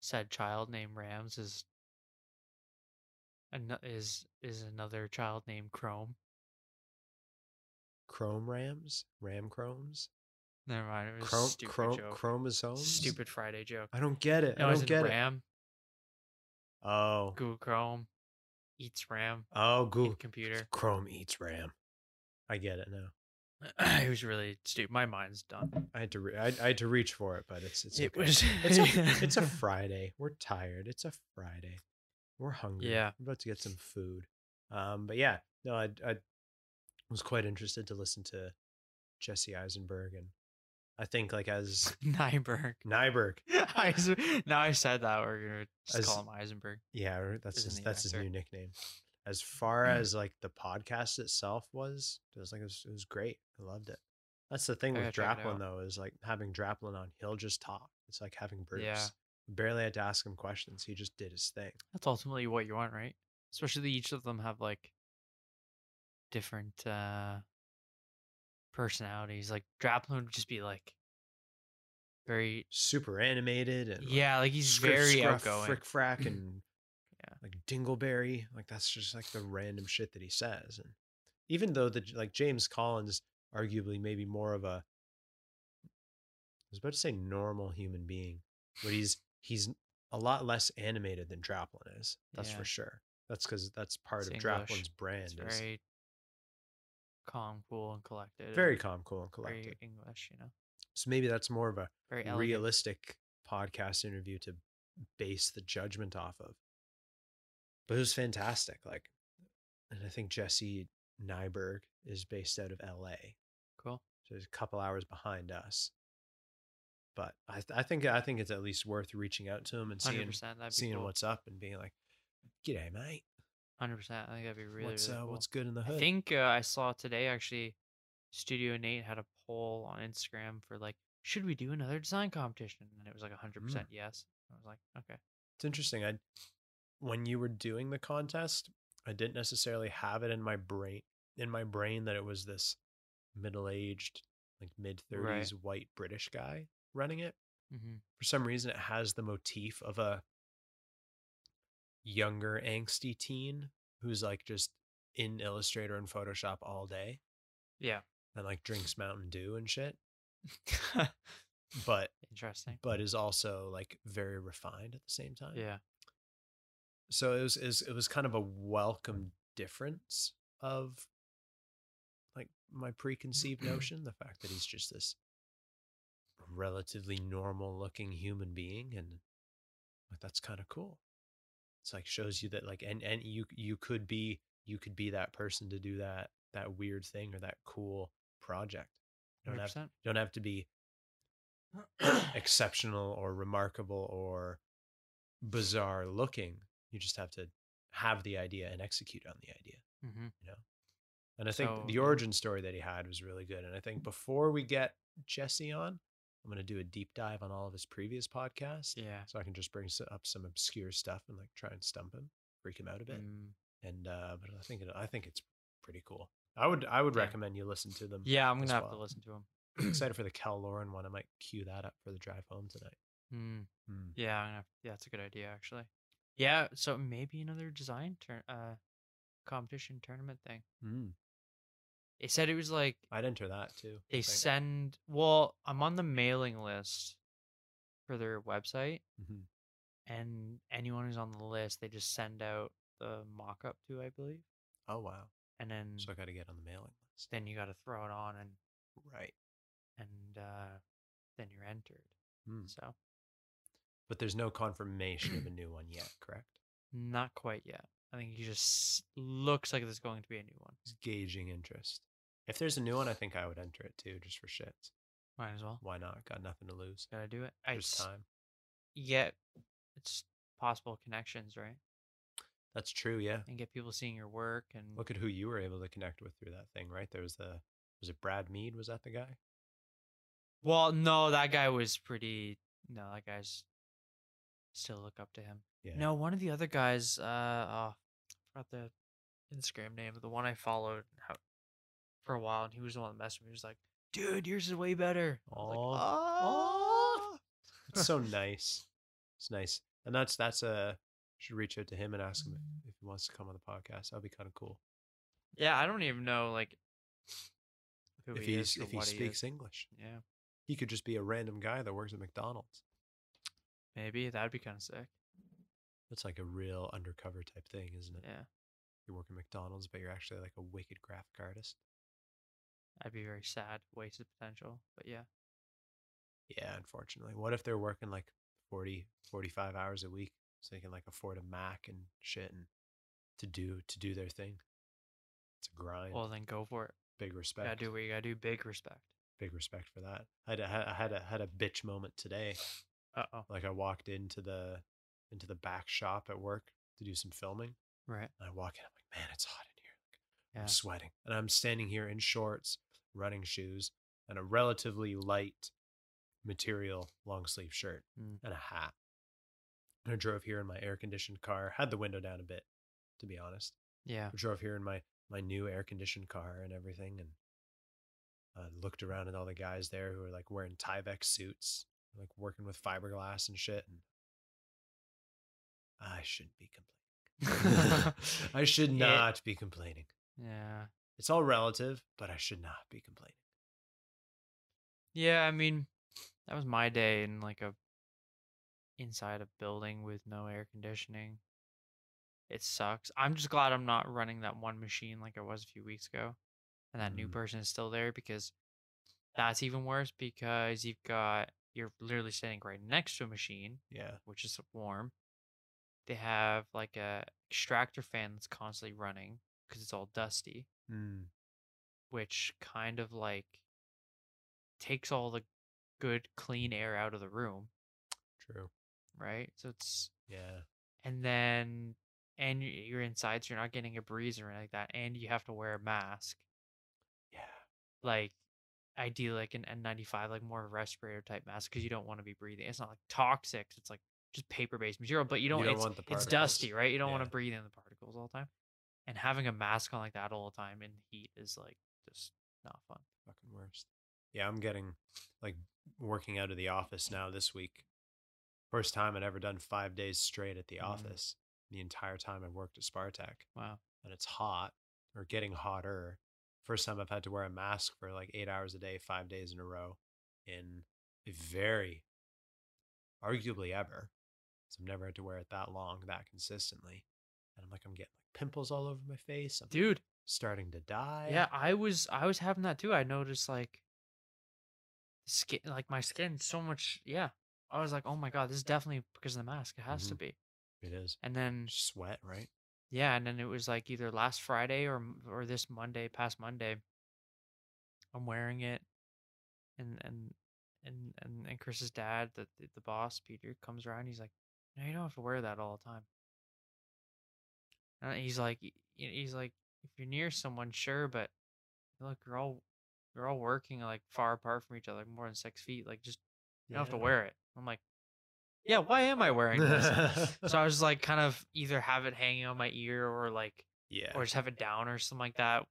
A: said child named Rams is an- is is another child named Chrome.
B: Chrome Rams, Ram Chromes,
A: Never mind. It was a
B: Chrome,
A: stupid
B: Chrome,
A: joke.
B: chromosomes.
A: Stupid Friday joke.
B: I don't get it.
A: No,
B: I
A: as
B: don't
A: in
B: get it.
A: RAM.
B: Oh,
A: Google Chrome eats RAM
B: oh, Google
A: in computer.
B: Chrome eats RAM. I get it now.
A: it was really stupid. My mind's done.
B: I had to. Re- I, I had to reach for it, but it's it's. okay. It's
A: It's
B: a, it's a Friday. We're tired. It's a Friday. We're hungry.
A: Yeah.
B: We're about to get some food. Um, but yeah, no, I, I was quite interested to listen to Jesse Eisenberg, and I think like as
A: Nyberg.
B: Mm. Nyberg,
A: Eisen- now I said that we're gonna just
B: As-
A: call him Eisenberg.
B: yeah, or that's
A: Isn't
B: his,
A: he
B: that's his
A: actor?
B: new nickname. As far
A: Mm.
B: as like the podcast itself was, it was like it was, it was great. I loved it. That's the thing
A: I
B: with
A: gotta check it
B: Draplin
A: out.
B: though is like having Draplin on, he'll just talk. It's like having Bruce.
A: Yeah.
B: Barely had to ask him questions. He just did his thing.
A: That's ultimately what you want, right? Especially each of them have like different uh personalities. Like Draplin would just be like very
B: super animated and like,
A: yeah, like he's
B: scruff-
A: very
B: scruff,
A: outgoing.
B: frick frack and
A: Yeah.
B: like dingleberry like that's just like the random shit that he says and even though the like james collins arguably maybe more of a i was about to say normal human being but he's he's a lot less animated than draplin is that's
A: Yeah.
B: for sure that's because that's part
A: It's
B: of
A: English.
B: draplin's brand
A: It's
B: is
A: very calm, cool, and collected. and
B: very calm cool and collected
A: uh, very English, you know.
B: so maybe that's more of a
A: Very elegant.
B: realistic podcast interview to base the judgment off of. But it was fantastic. Like, and I think Jesse Nyberg is based out of LA,
A: Cool.
B: so he's a couple hours behind us. But I, th- I think I think it's at least worth reaching out to him and
A: Hundred
B: seeing
A: percent. That'd be
B: seeing
A: cool.
B: what's up and being like, "G'day, mate.
A: Hundred percent. I think that'd be really,
B: what's
A: really
B: uh,
A: cool.
B: what's good in the hood?"
A: I think uh, I saw today actually, Studio Nate had a poll on Instagram for like, should we do another design competition? And it was like hundred
B: Mm.
A: percent yes. I was like, okay,
B: It's interesting. I when you were doing the contest, I didn't necessarily have it in my brain in my brain that it was this middle-aged, like mid-30s
A: Right.
B: white British guy running it.
A: hmm
B: For some reason it has the motif of a younger angsty teen who's like just in Illustrator and Photoshop all day
A: yeah,
B: and like drinks Mountain Dew and shit, but
A: interesting.
B: but is also like very refined at the same time.
A: Yeah,
B: so it was, it was it was kind of a welcome difference of like my preconceived notion the fact that he's just this relatively normal looking human being and like that's kind of cool it's like shows you that like and and you you could be you could be that person to do that that weird thing or that cool project you don't
A: hundred
B: have
A: percent.
B: you don't have to be exceptional or remarkable or bizarre looking. You just have to have the idea and execute on the idea.
A: hmm
B: And I think
A: So,
B: the
A: yeah.
B: origin story that he had was really good. And I think before we get Jesse on, I'm going to do a deep dive on all of his previous podcasts.
A: Yeah.
B: So I can just bring s- up some obscure stuff and like try and stump him, freak him out a bit.
A: Mm.
B: And uh, but I think it, I think it's pretty cool. I would I would
A: Yeah.
B: recommend you listen to them.
A: Yeah, I'm
B: as
A: gonna have to
B: well.
A: listen to him.
B: Excited for the Cal Lauren one. I might cue that up for the drive home tonight.
A: Mm.
B: Hmm.
A: Yeah, I'm gonna have- yeah, that's a good idea actually. Yeah, so maybe another design turn uh competition tournament thing.
B: Mm.
A: They said it was like
B: I'd enter that too. I
A: they
B: think.
A: send well i'm on the mailing list for their website
B: Mhm.
A: Mm-hmm. and anyone who's on the list they just send out the mock up to, I believe.
B: Oh wow.
A: And then
B: So I got to get on the mailing list.
A: then you got to throw it on and
B: Right.
A: and uh, then you're entered.
B: Hmm.
A: So
B: But there's no confirmation of a new one yet, correct?
A: not quite yet. I think he just s- looks like there's going to be a new one.
B: It's gauging interest. If there's a new one, I think I would enter it too, just for shits.
A: Might as well.
B: Why not? Got nothing to lose.
A: Gotta do it. I
B: There's
A: s-
B: time.
A: Yeah, it's possible connections, right?
B: That's true. Yeah.
A: And get people seeing your work and
B: Look at who you were able to connect with through that thing, right? There was the was it Brad Mead? Was that the guy?
A: Well, no, that guy was pretty. No, that guy's still look up to him.
B: Yeah.
A: No, one of the other guys. Uh, oh, forgot the Instagram name of the one I followed how, for a while, and he was the one that messaged me. He was like, "Dude, yours is way better." I was like,
B: Aw. It's so nice. It's nice, and that's that's a should reach out to him and ask him if, if he wants to come on the podcast. That'd be kind of cool
A: Yeah, I don't even know like who
B: if
A: he
B: he's
A: is or
B: if he
A: what
B: speaks
A: He is.
B: English.
A: Yeah,
B: He could just be a random guy that works at McDonald's.
A: maybe that'd be kind of sick.
B: That's like a real undercover type thing, isn't it?
A: Yeah,
B: You work at McDonald's, but you're actually like a wicked graphic artist.
A: I'd be very sad, wasted potential. But yeah,
B: Yeah, unfortunately. What if they're working like 40, 45 hours a week so they can like afford a Mac and shit and to do to do their thing? It's a grind.
A: well then go for it.
B: big
A: You
B: respect.
A: gotta do what you gotta do. Big respect.
B: Big respect for that. I had a, had a- had a had a bitch moment today.
A: Uh oh.
B: Like I walked into the into the back shop at work to do some filming.
A: Right.
B: And I walk in, I'm like, man, it's hot in here.
A: Yeah.
B: I'm sweating. And I'm standing here in shorts, running shoes, and a relatively light material long sleeve shirt
A: Mm.
B: and a hat. And I drove here in my air conditioned car, had the window down a bit, to be honest.
A: Yeah.
B: I drove here in my, my new air conditioned car and everything and uh, looked around at all the guys there who are like wearing Tyvek suits, like working with fiberglass and shit. And I shouldn't be complaining. I should
A: It-
B: not be complaining.
A: Yeah.
B: It's all relative, but I should not be complaining.
A: Yeah, I mean, that was my day in like a inside a building with no air conditioning. It sucks. I'm just glad I'm not running that one machine like I was a few weeks ago. And that new
B: Mm.
A: person is still there because that's even worse because you've got you're literally sitting right next to a machine,
B: Yeah.
A: which is warm. They have like a extractor fan that's constantly running because it's all dusty
B: Mm.
A: which kind of like takes all the good clean air out of the room,
B: True.
A: right? So it's
B: Yeah.
A: and then and y- you're inside, so you're not getting a breeze or anything like that, and you have to wear a mask.
B: Yeah.
A: Like ideally, like an N95, like more of a respirator type mask, because you don't want to be breathing. It's not like toxic. It's like just paper based material, but you don't. it's,
B: want the
A: it's dusty,
B: particles.
A: right? You don't want
B: Yeah.
A: to breathe in the particles all the time. And having a mask on like that all the time in heat is like just not fun.
B: Fucking worst. Yeah, I'm getting like working out of the office now this week. First time I'd ever done five days straight at the
A: Mm.
B: office. The entire time I've worked at Spartak,
A: Wow.
B: and it's hot or getting hotter. First time I've had to wear a mask for like eight hours a day, five days in a row, in a very arguably ever. So I've never had to wear it that long, that consistently. And I'm like, I'm getting like pimples all over my face. I'm
A: Dude,
B: starting to die.
A: Yeah, I was I was having that too. I noticed like skin like my skin so much yeah. I was like, "Oh my god, this is definitely because of the mask. It has to be."
B: It is.
A: And then
B: Sweat, right?
A: yeah, and then it was like either last Friday or m- or this Monday, past Monday. I'm wearing it and and and and, and Chris's dad, the the the boss Peter comes around, he's like, "No, you don't have to wear that all the time." And he's like y- he's like if you're near someone, sure, but look, you're all you're all working like far apart from each other, like more than six feet. Like just you don't have to wear it. I'm like, yeah, why am I wearing this? so I was like, kind of either have it hanging on my ear or like,
B: Yeah.
A: or just have it down or something like that.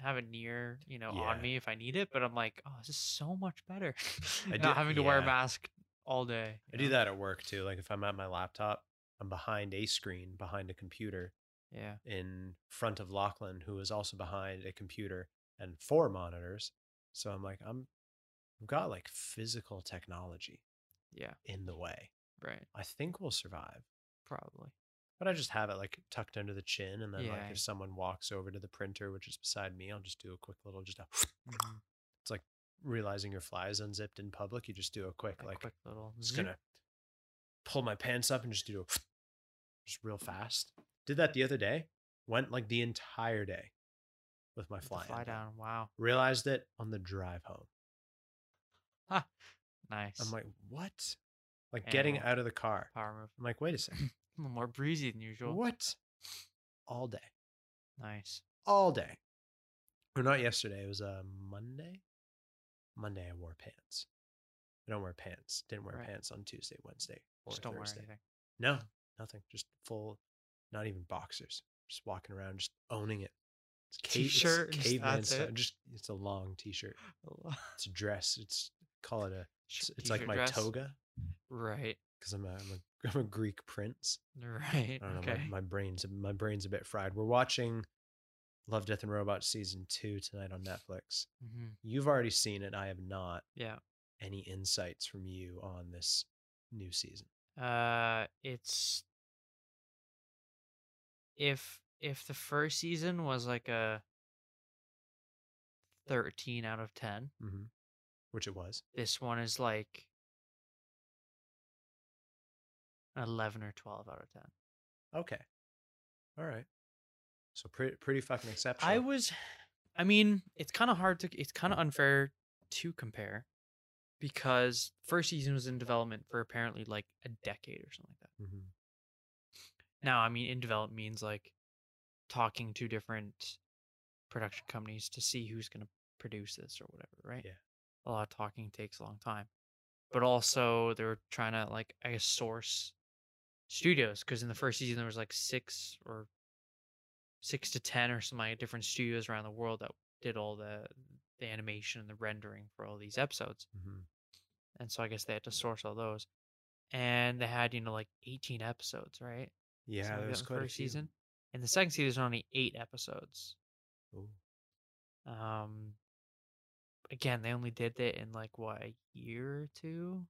A: Have it near, you know, on
B: Yeah.
A: me if I need it. But I'm like, oh, this is so much better. Not
B: do-
A: having to wear a
B: yeah.
A: mask all day.
B: I
A: you
B: do
A: know?
B: that at work too. Like if I'm at my laptop, I'm behind a screen, behind a computer
A: Yeah.
B: in front of Lachlan, who is also behind a computer and four monitors. So I'm like, I'm I've got like physical technology
A: Yeah.
B: in the way.
A: Right.
B: I think we'll survive.
A: Probably.
B: But I just have it like tucked under the chin, and then
A: Yeah.
B: like if someone walks over to the printer, which is beside me, I'll just do a quick little just a Mm-hmm.
A: Mhm.
B: realizing your fly is unzipped in public. You just do a quick
A: A
B: like
A: quick little.
B: just
A: zip.
B: gonna pull my pants up and just do a just real fast. Did that the other day. Went like the entire day with my
A: With the
B: fly.
A: fly
B: end up.
A: down. Wow.
B: Realized it on the drive home.
A: Nice.
B: I'm like, what? Like getting
A: Animal.
B: out of the car.
A: Power move.
B: I'm like, wait a second.
A: A little more breezy than usual.
B: what? All day.
A: Nice.
B: All day. Or not yesterday. It was uh, Monday. Monday I wore pants. I don't wear pants. Didn't wear
A: Right.
B: pants on Tuesday, Wednesday, or
A: Just don't wear
B: Thursday.
A: anything.
B: No, nothing. Just full, not even boxers. Just walking around, just owning it. It's cave,
A: T-shirt and
B: It's
A: just
B: caveman
A: that's
B: style.
A: it?
B: Just it's a long t-shirt. It's a dress. It's call it a. It's,
A: Shirt,
B: it's like
A: t-shirt,
B: my
A: dress.
B: toga
A: Right.
B: because I'm a, I'm a I'm a Greek prince.
A: Right.
B: I don't know.
A: okay.
B: My, my brain's my brain's a bit fried. We're watching Love, Death, and Robots season two tonight on Netflix.
A: hmm
B: You've already seen it. I have not.
A: Yeah.
B: Any insights from you on this new season?
A: Uh, it's if if the first season was like a thirteen out of ten,
B: Mm-hmm. Which it was.
A: this one is like an eleven or twelve out of ten.
B: Okay. All right. So pretty pretty fucking exceptional.
A: I was, I mean, it's kind of hard to, it's kind of
B: Mm.
A: unfair to compare because first season was in development for apparently like a decade or something like that.
B: Mhm.
A: Now, I mean, in develop means like talking to different production companies to see who's going to produce this or whatever, right?
B: Yeah.
A: A lot of talking takes a long time. But also, they were trying to, like, I guess, source studios because in the first season, there was like six or six to 10 or some like different studios around the world that did all the, the animation and the rendering for all these episodes
B: Mhm.
A: and so I guess they had to source all those. And they had you know like eighteen episodes, right?
B: Yeah,
A: Something like that
B: there's
A: in the
B: quite a
A: first
B: few.
A: season. And the second season is only eight episodes.
B: Ooh.
A: Um, again, they only did it in like what a year or two,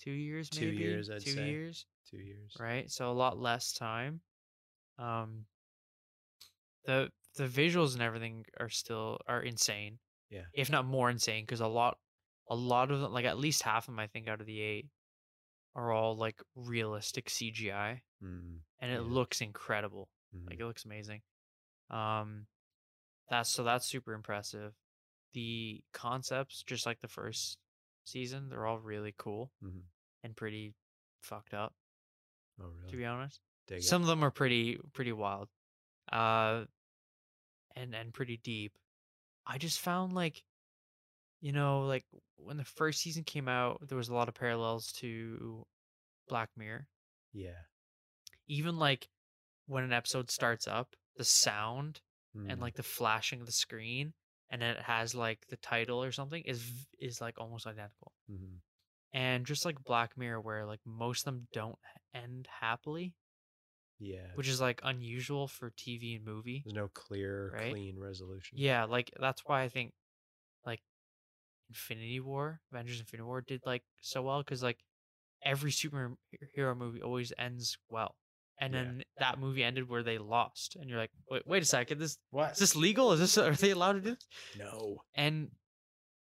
A: two years,
B: Two
A: maybe
B: years, I'd
A: two
B: say.
A: years,
B: Two years.
A: right? So a lot less time. Um, the the visuals and everything are still are insane.
B: Yeah.
A: if not more insane because a lot a lot of them like at least half of them i think out of the eight are all like realistic cgi
B: Mm,
A: and it
B: Yeah.
A: looks incredible
B: mhm.
A: like it looks amazing um that's so that's super impressive the concepts just like the first season they're all really cool
B: Mhm.
A: and pretty fucked up
B: oh
A: to
B: really?
A: be honest
B: Dig it.
A: some of them are pretty pretty wild uh and and pretty deep i just found like you know like when the first season came out there was a lot of parallels to black mirror
B: yeah.
A: even like when an episode starts up the sound
B: Mm,
A: and like the flashing of the screen and then it has like the title or something is v- is like almost identical
B: mhm.
A: and just like black mirror where like most of them don't end happily
B: yeah.
A: which is like unusual for tv and movie
B: There's no clear,
A: right?
B: clean resolution.
A: Yeah, like that's why I think like Infinity War, Avengers Infinity War did like so well cuz like every superhero movie always ends well. And
B: Yeah.
A: then that movie ended where they lost and you're like, "Wait, wait a second, this
B: What?
A: is this legal? Is this are they allowed to do this?"
B: No.
A: And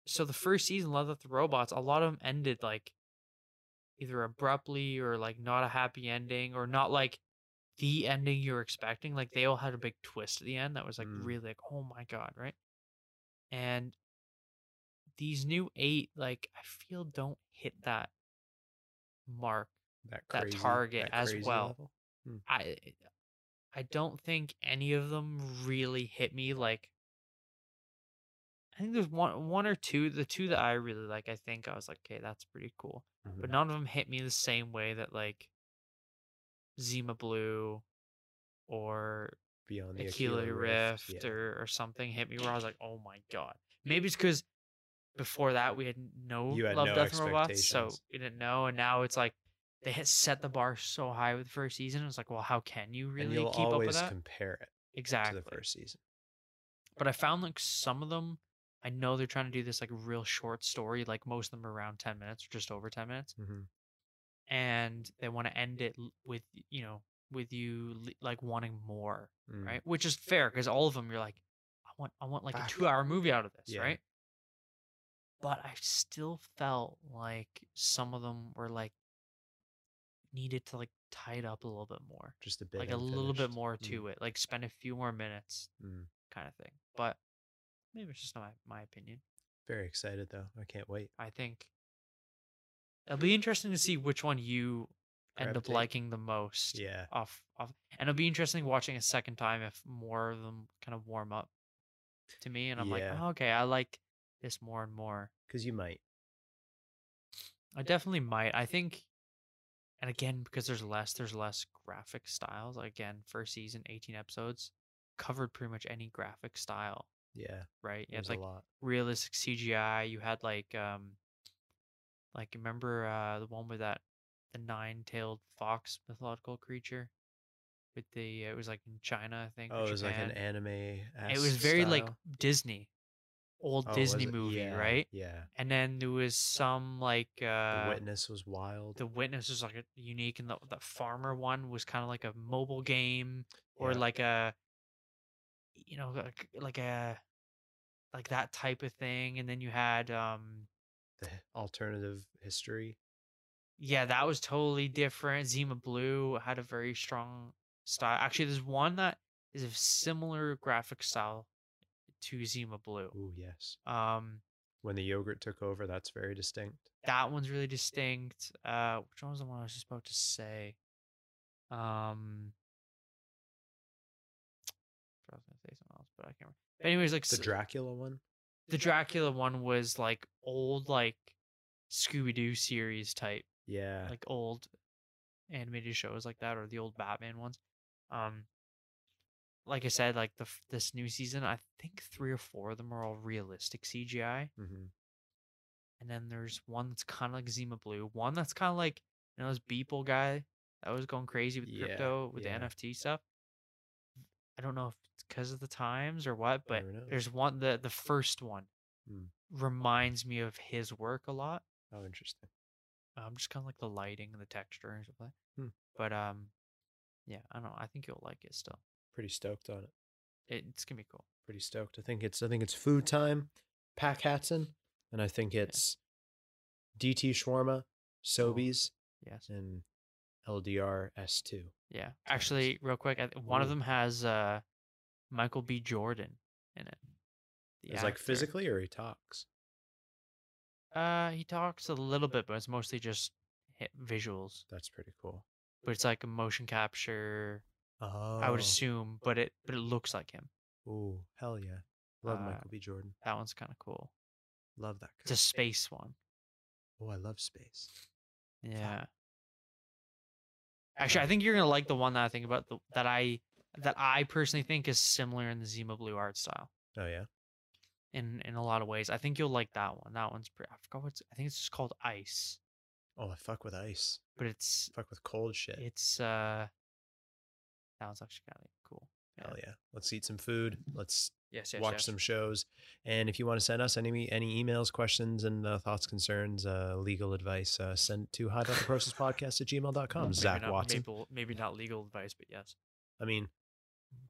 A: so the first season Love Death, and Robots, a lot of them ended like either abruptly or like not a happy ending or not like the ending you were expecting. Like they all had a big twist at the end that was like
B: Mm.
A: really like, oh my god, right? And these new eight, like I feel don't hit that mark.
B: That
A: that
B: crazy,
A: target as
B: crazy
A: well.
B: level?
A: I I don't think any of them really hit me like I think there's one one or two the two that I really like I think I was like okay that's pretty cool but
B: Mhm.
A: none of them hit me the same way that like Zima Blue or
B: beyond the
A: Achille Rift, or, or something hit me where I was like oh my god maybe it's because before that we had no
B: You had
A: Love
B: no
A: Death and Robots so
B: expectations.
A: we didn't know and now it's like they had set the bar so high with the first season it's like well how can you
B: and
A: really
B: you'll
A: keep up with
B: always
A: that
B: compare it
A: exactly
B: to the first season.
A: but I found like some of them. I know they're trying to do this like real short story, like most of them are around ten
B: Mm-hmm,
A: minutes or just over ten minutes,
B: Mhm.
A: and they want to end it l- with you know with you le- like wanting more,
B: Mm.
A: right? Which is fair because all of them you're like, I want I want like
B: Fuck.
A: a two hour movie out of this,
B: Yeah.
A: right? But I still felt like some of them were like needed to like tie it up a little bit more.
B: Just a bit.
A: like a little bit
B: unfinished.
A: more
B: Mm.
A: to it. Like spend a few more minutes
B: Mm.
A: kind of thing. But maybe it's just not my, my opinion.
B: Very excited though. I can't wait.
A: I think it'll be interesting to see which one you end up
B: Gravitate.
A: liking the most
B: Yeah.
A: off off and it'll be interesting watching a second time if more of them kind of warm up to me and I'm like,
B: Yeah.
A: oh, okay, I like this more and more.
B: Because you might.
A: I definitely might. I think and again, because there's less there's less graphic styles. Again, first season, eighteen episodes, covered pretty much any graphic style,
B: Yeah.
A: right? You had
B: There's
A: like
B: a lot.
A: realistic CGI, you had like um like remember uh the one with that the nine tailed fox mythological creature? With the it was like in China, I think. or
B: Oh, it was like an
A: Japan.
B: anime.
A: it was very like Disney, old Disney movie, right?
B: Oh, Yeah.
A: And then there was some like
B: The
A: uh,
B: witness was wild.
A: the witness was like a, unique, and the the farmer one was kind of like a mobile game or
B: Yeah.
A: like a, you know, like, like a, like that type of thing. And then you had um,
B: the alternative history.
A: yeah, that was totally different. Zima Blue had a very strong style. Actually, there's one that is a similar graphic style to Zima Blue.
B: Oh yes.
A: Um,
B: When the yogurt took over, that's very distinct.
A: that one's really distinct. Uh, which one was the one I was just about to say? Um, I was gonna say something else, but I can't remember. But anyways, like
B: The
A: s-
B: Dracula one.
A: the Dracula one was like old, like Scooby Doo series type,
B: Yeah.
A: like old animated shows like that, or the old Batman ones. Um, like I said, like the f- this new season, I think three or four of them are all realistic CGI
B: hmm
A: and then there's one that's kind of like Zima Blue, one that's kind of like you know this Beeple guy that was going crazy with
B: Yeah,
A: crypto with
B: yeah.
A: the NFT stuff. I don't know if it's because of the times or what, but
B: never know.
A: there's one the the first one
B: Mm.
A: reminds me of his work a lot.
B: Oh, interesting.
A: Um, just kind of like the lighting and the texture and stuff like that.
B: Hmm.
A: But um, yeah, I don't know. I think you'll like it still.
B: Pretty stoked on it.
A: It, it's gonna be cool.
B: Pretty stoked. I think it's I think it's food time. Pack Hatson, and I think it's DT
A: Oh.
B: Shawarma, Sobeys,
A: Yes.
B: and LDR S2.
A: Yeah.
B: nice.
A: Actually, real quick, I, th- one of
B: Ooh.
A: them has uh Michael B. Jordan in it. The
B: It's like
A: actor.
B: physically or he talks.
A: Uh, he talks a little bit, but it's mostly just hi- visuals.
B: That's pretty cool.
A: But it's like a motion capture,
B: Oh,
A: I would assume. But it but it looks like him.
B: Oh, hell yeah! Love
A: Uh,
B: Michael B. Jordan.
A: That one's kind of cool.
B: Love that.
A: It's a space one.
B: guy. Oh, I love space.
A: Yeah. Actually, I think you're gonna like the one that I think about the, that I that I personally think is similar in the Zima Blue art style.
B: Oh yeah.
A: in in a lot of ways. I think you'll like that one. That one's pretty. I forgot what's. I think it's just called Ice,
B: Oh, I fuck with ice.
A: but it's
B: Fuck with cold shit.
A: it's uh. That one's actually kind of cool.
B: Hell yeah. Let's eat some food. Let's
A: Yes, yes.
B: watch
A: yes.
B: some shows. And if you want to send us any any emails, questions, and uh, thoughts, concerns, uh, legal advice, uh, send to hot process podcast at
A: Well,
B: gmail.com.
A: maybe
B: Zach
A: not-
B: Watson.
A: Maybe, maybe not legal advice, but yes.
B: I mean,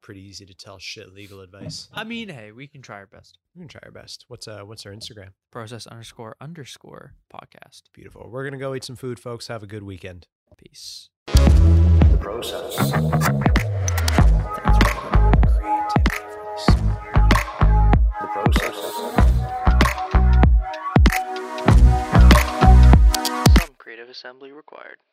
B: pretty easy to tell shit legal advice.
A: I mean, hey, we can try our best.
B: We can try our best. What's uh what's our Instagram?
A: Process underscore underscore podcast.
B: Beautiful. We're gonna go eat some food, folks. Have a good weekend.
A: Peace.
B: The process. The process.
C: Some creative assembly required.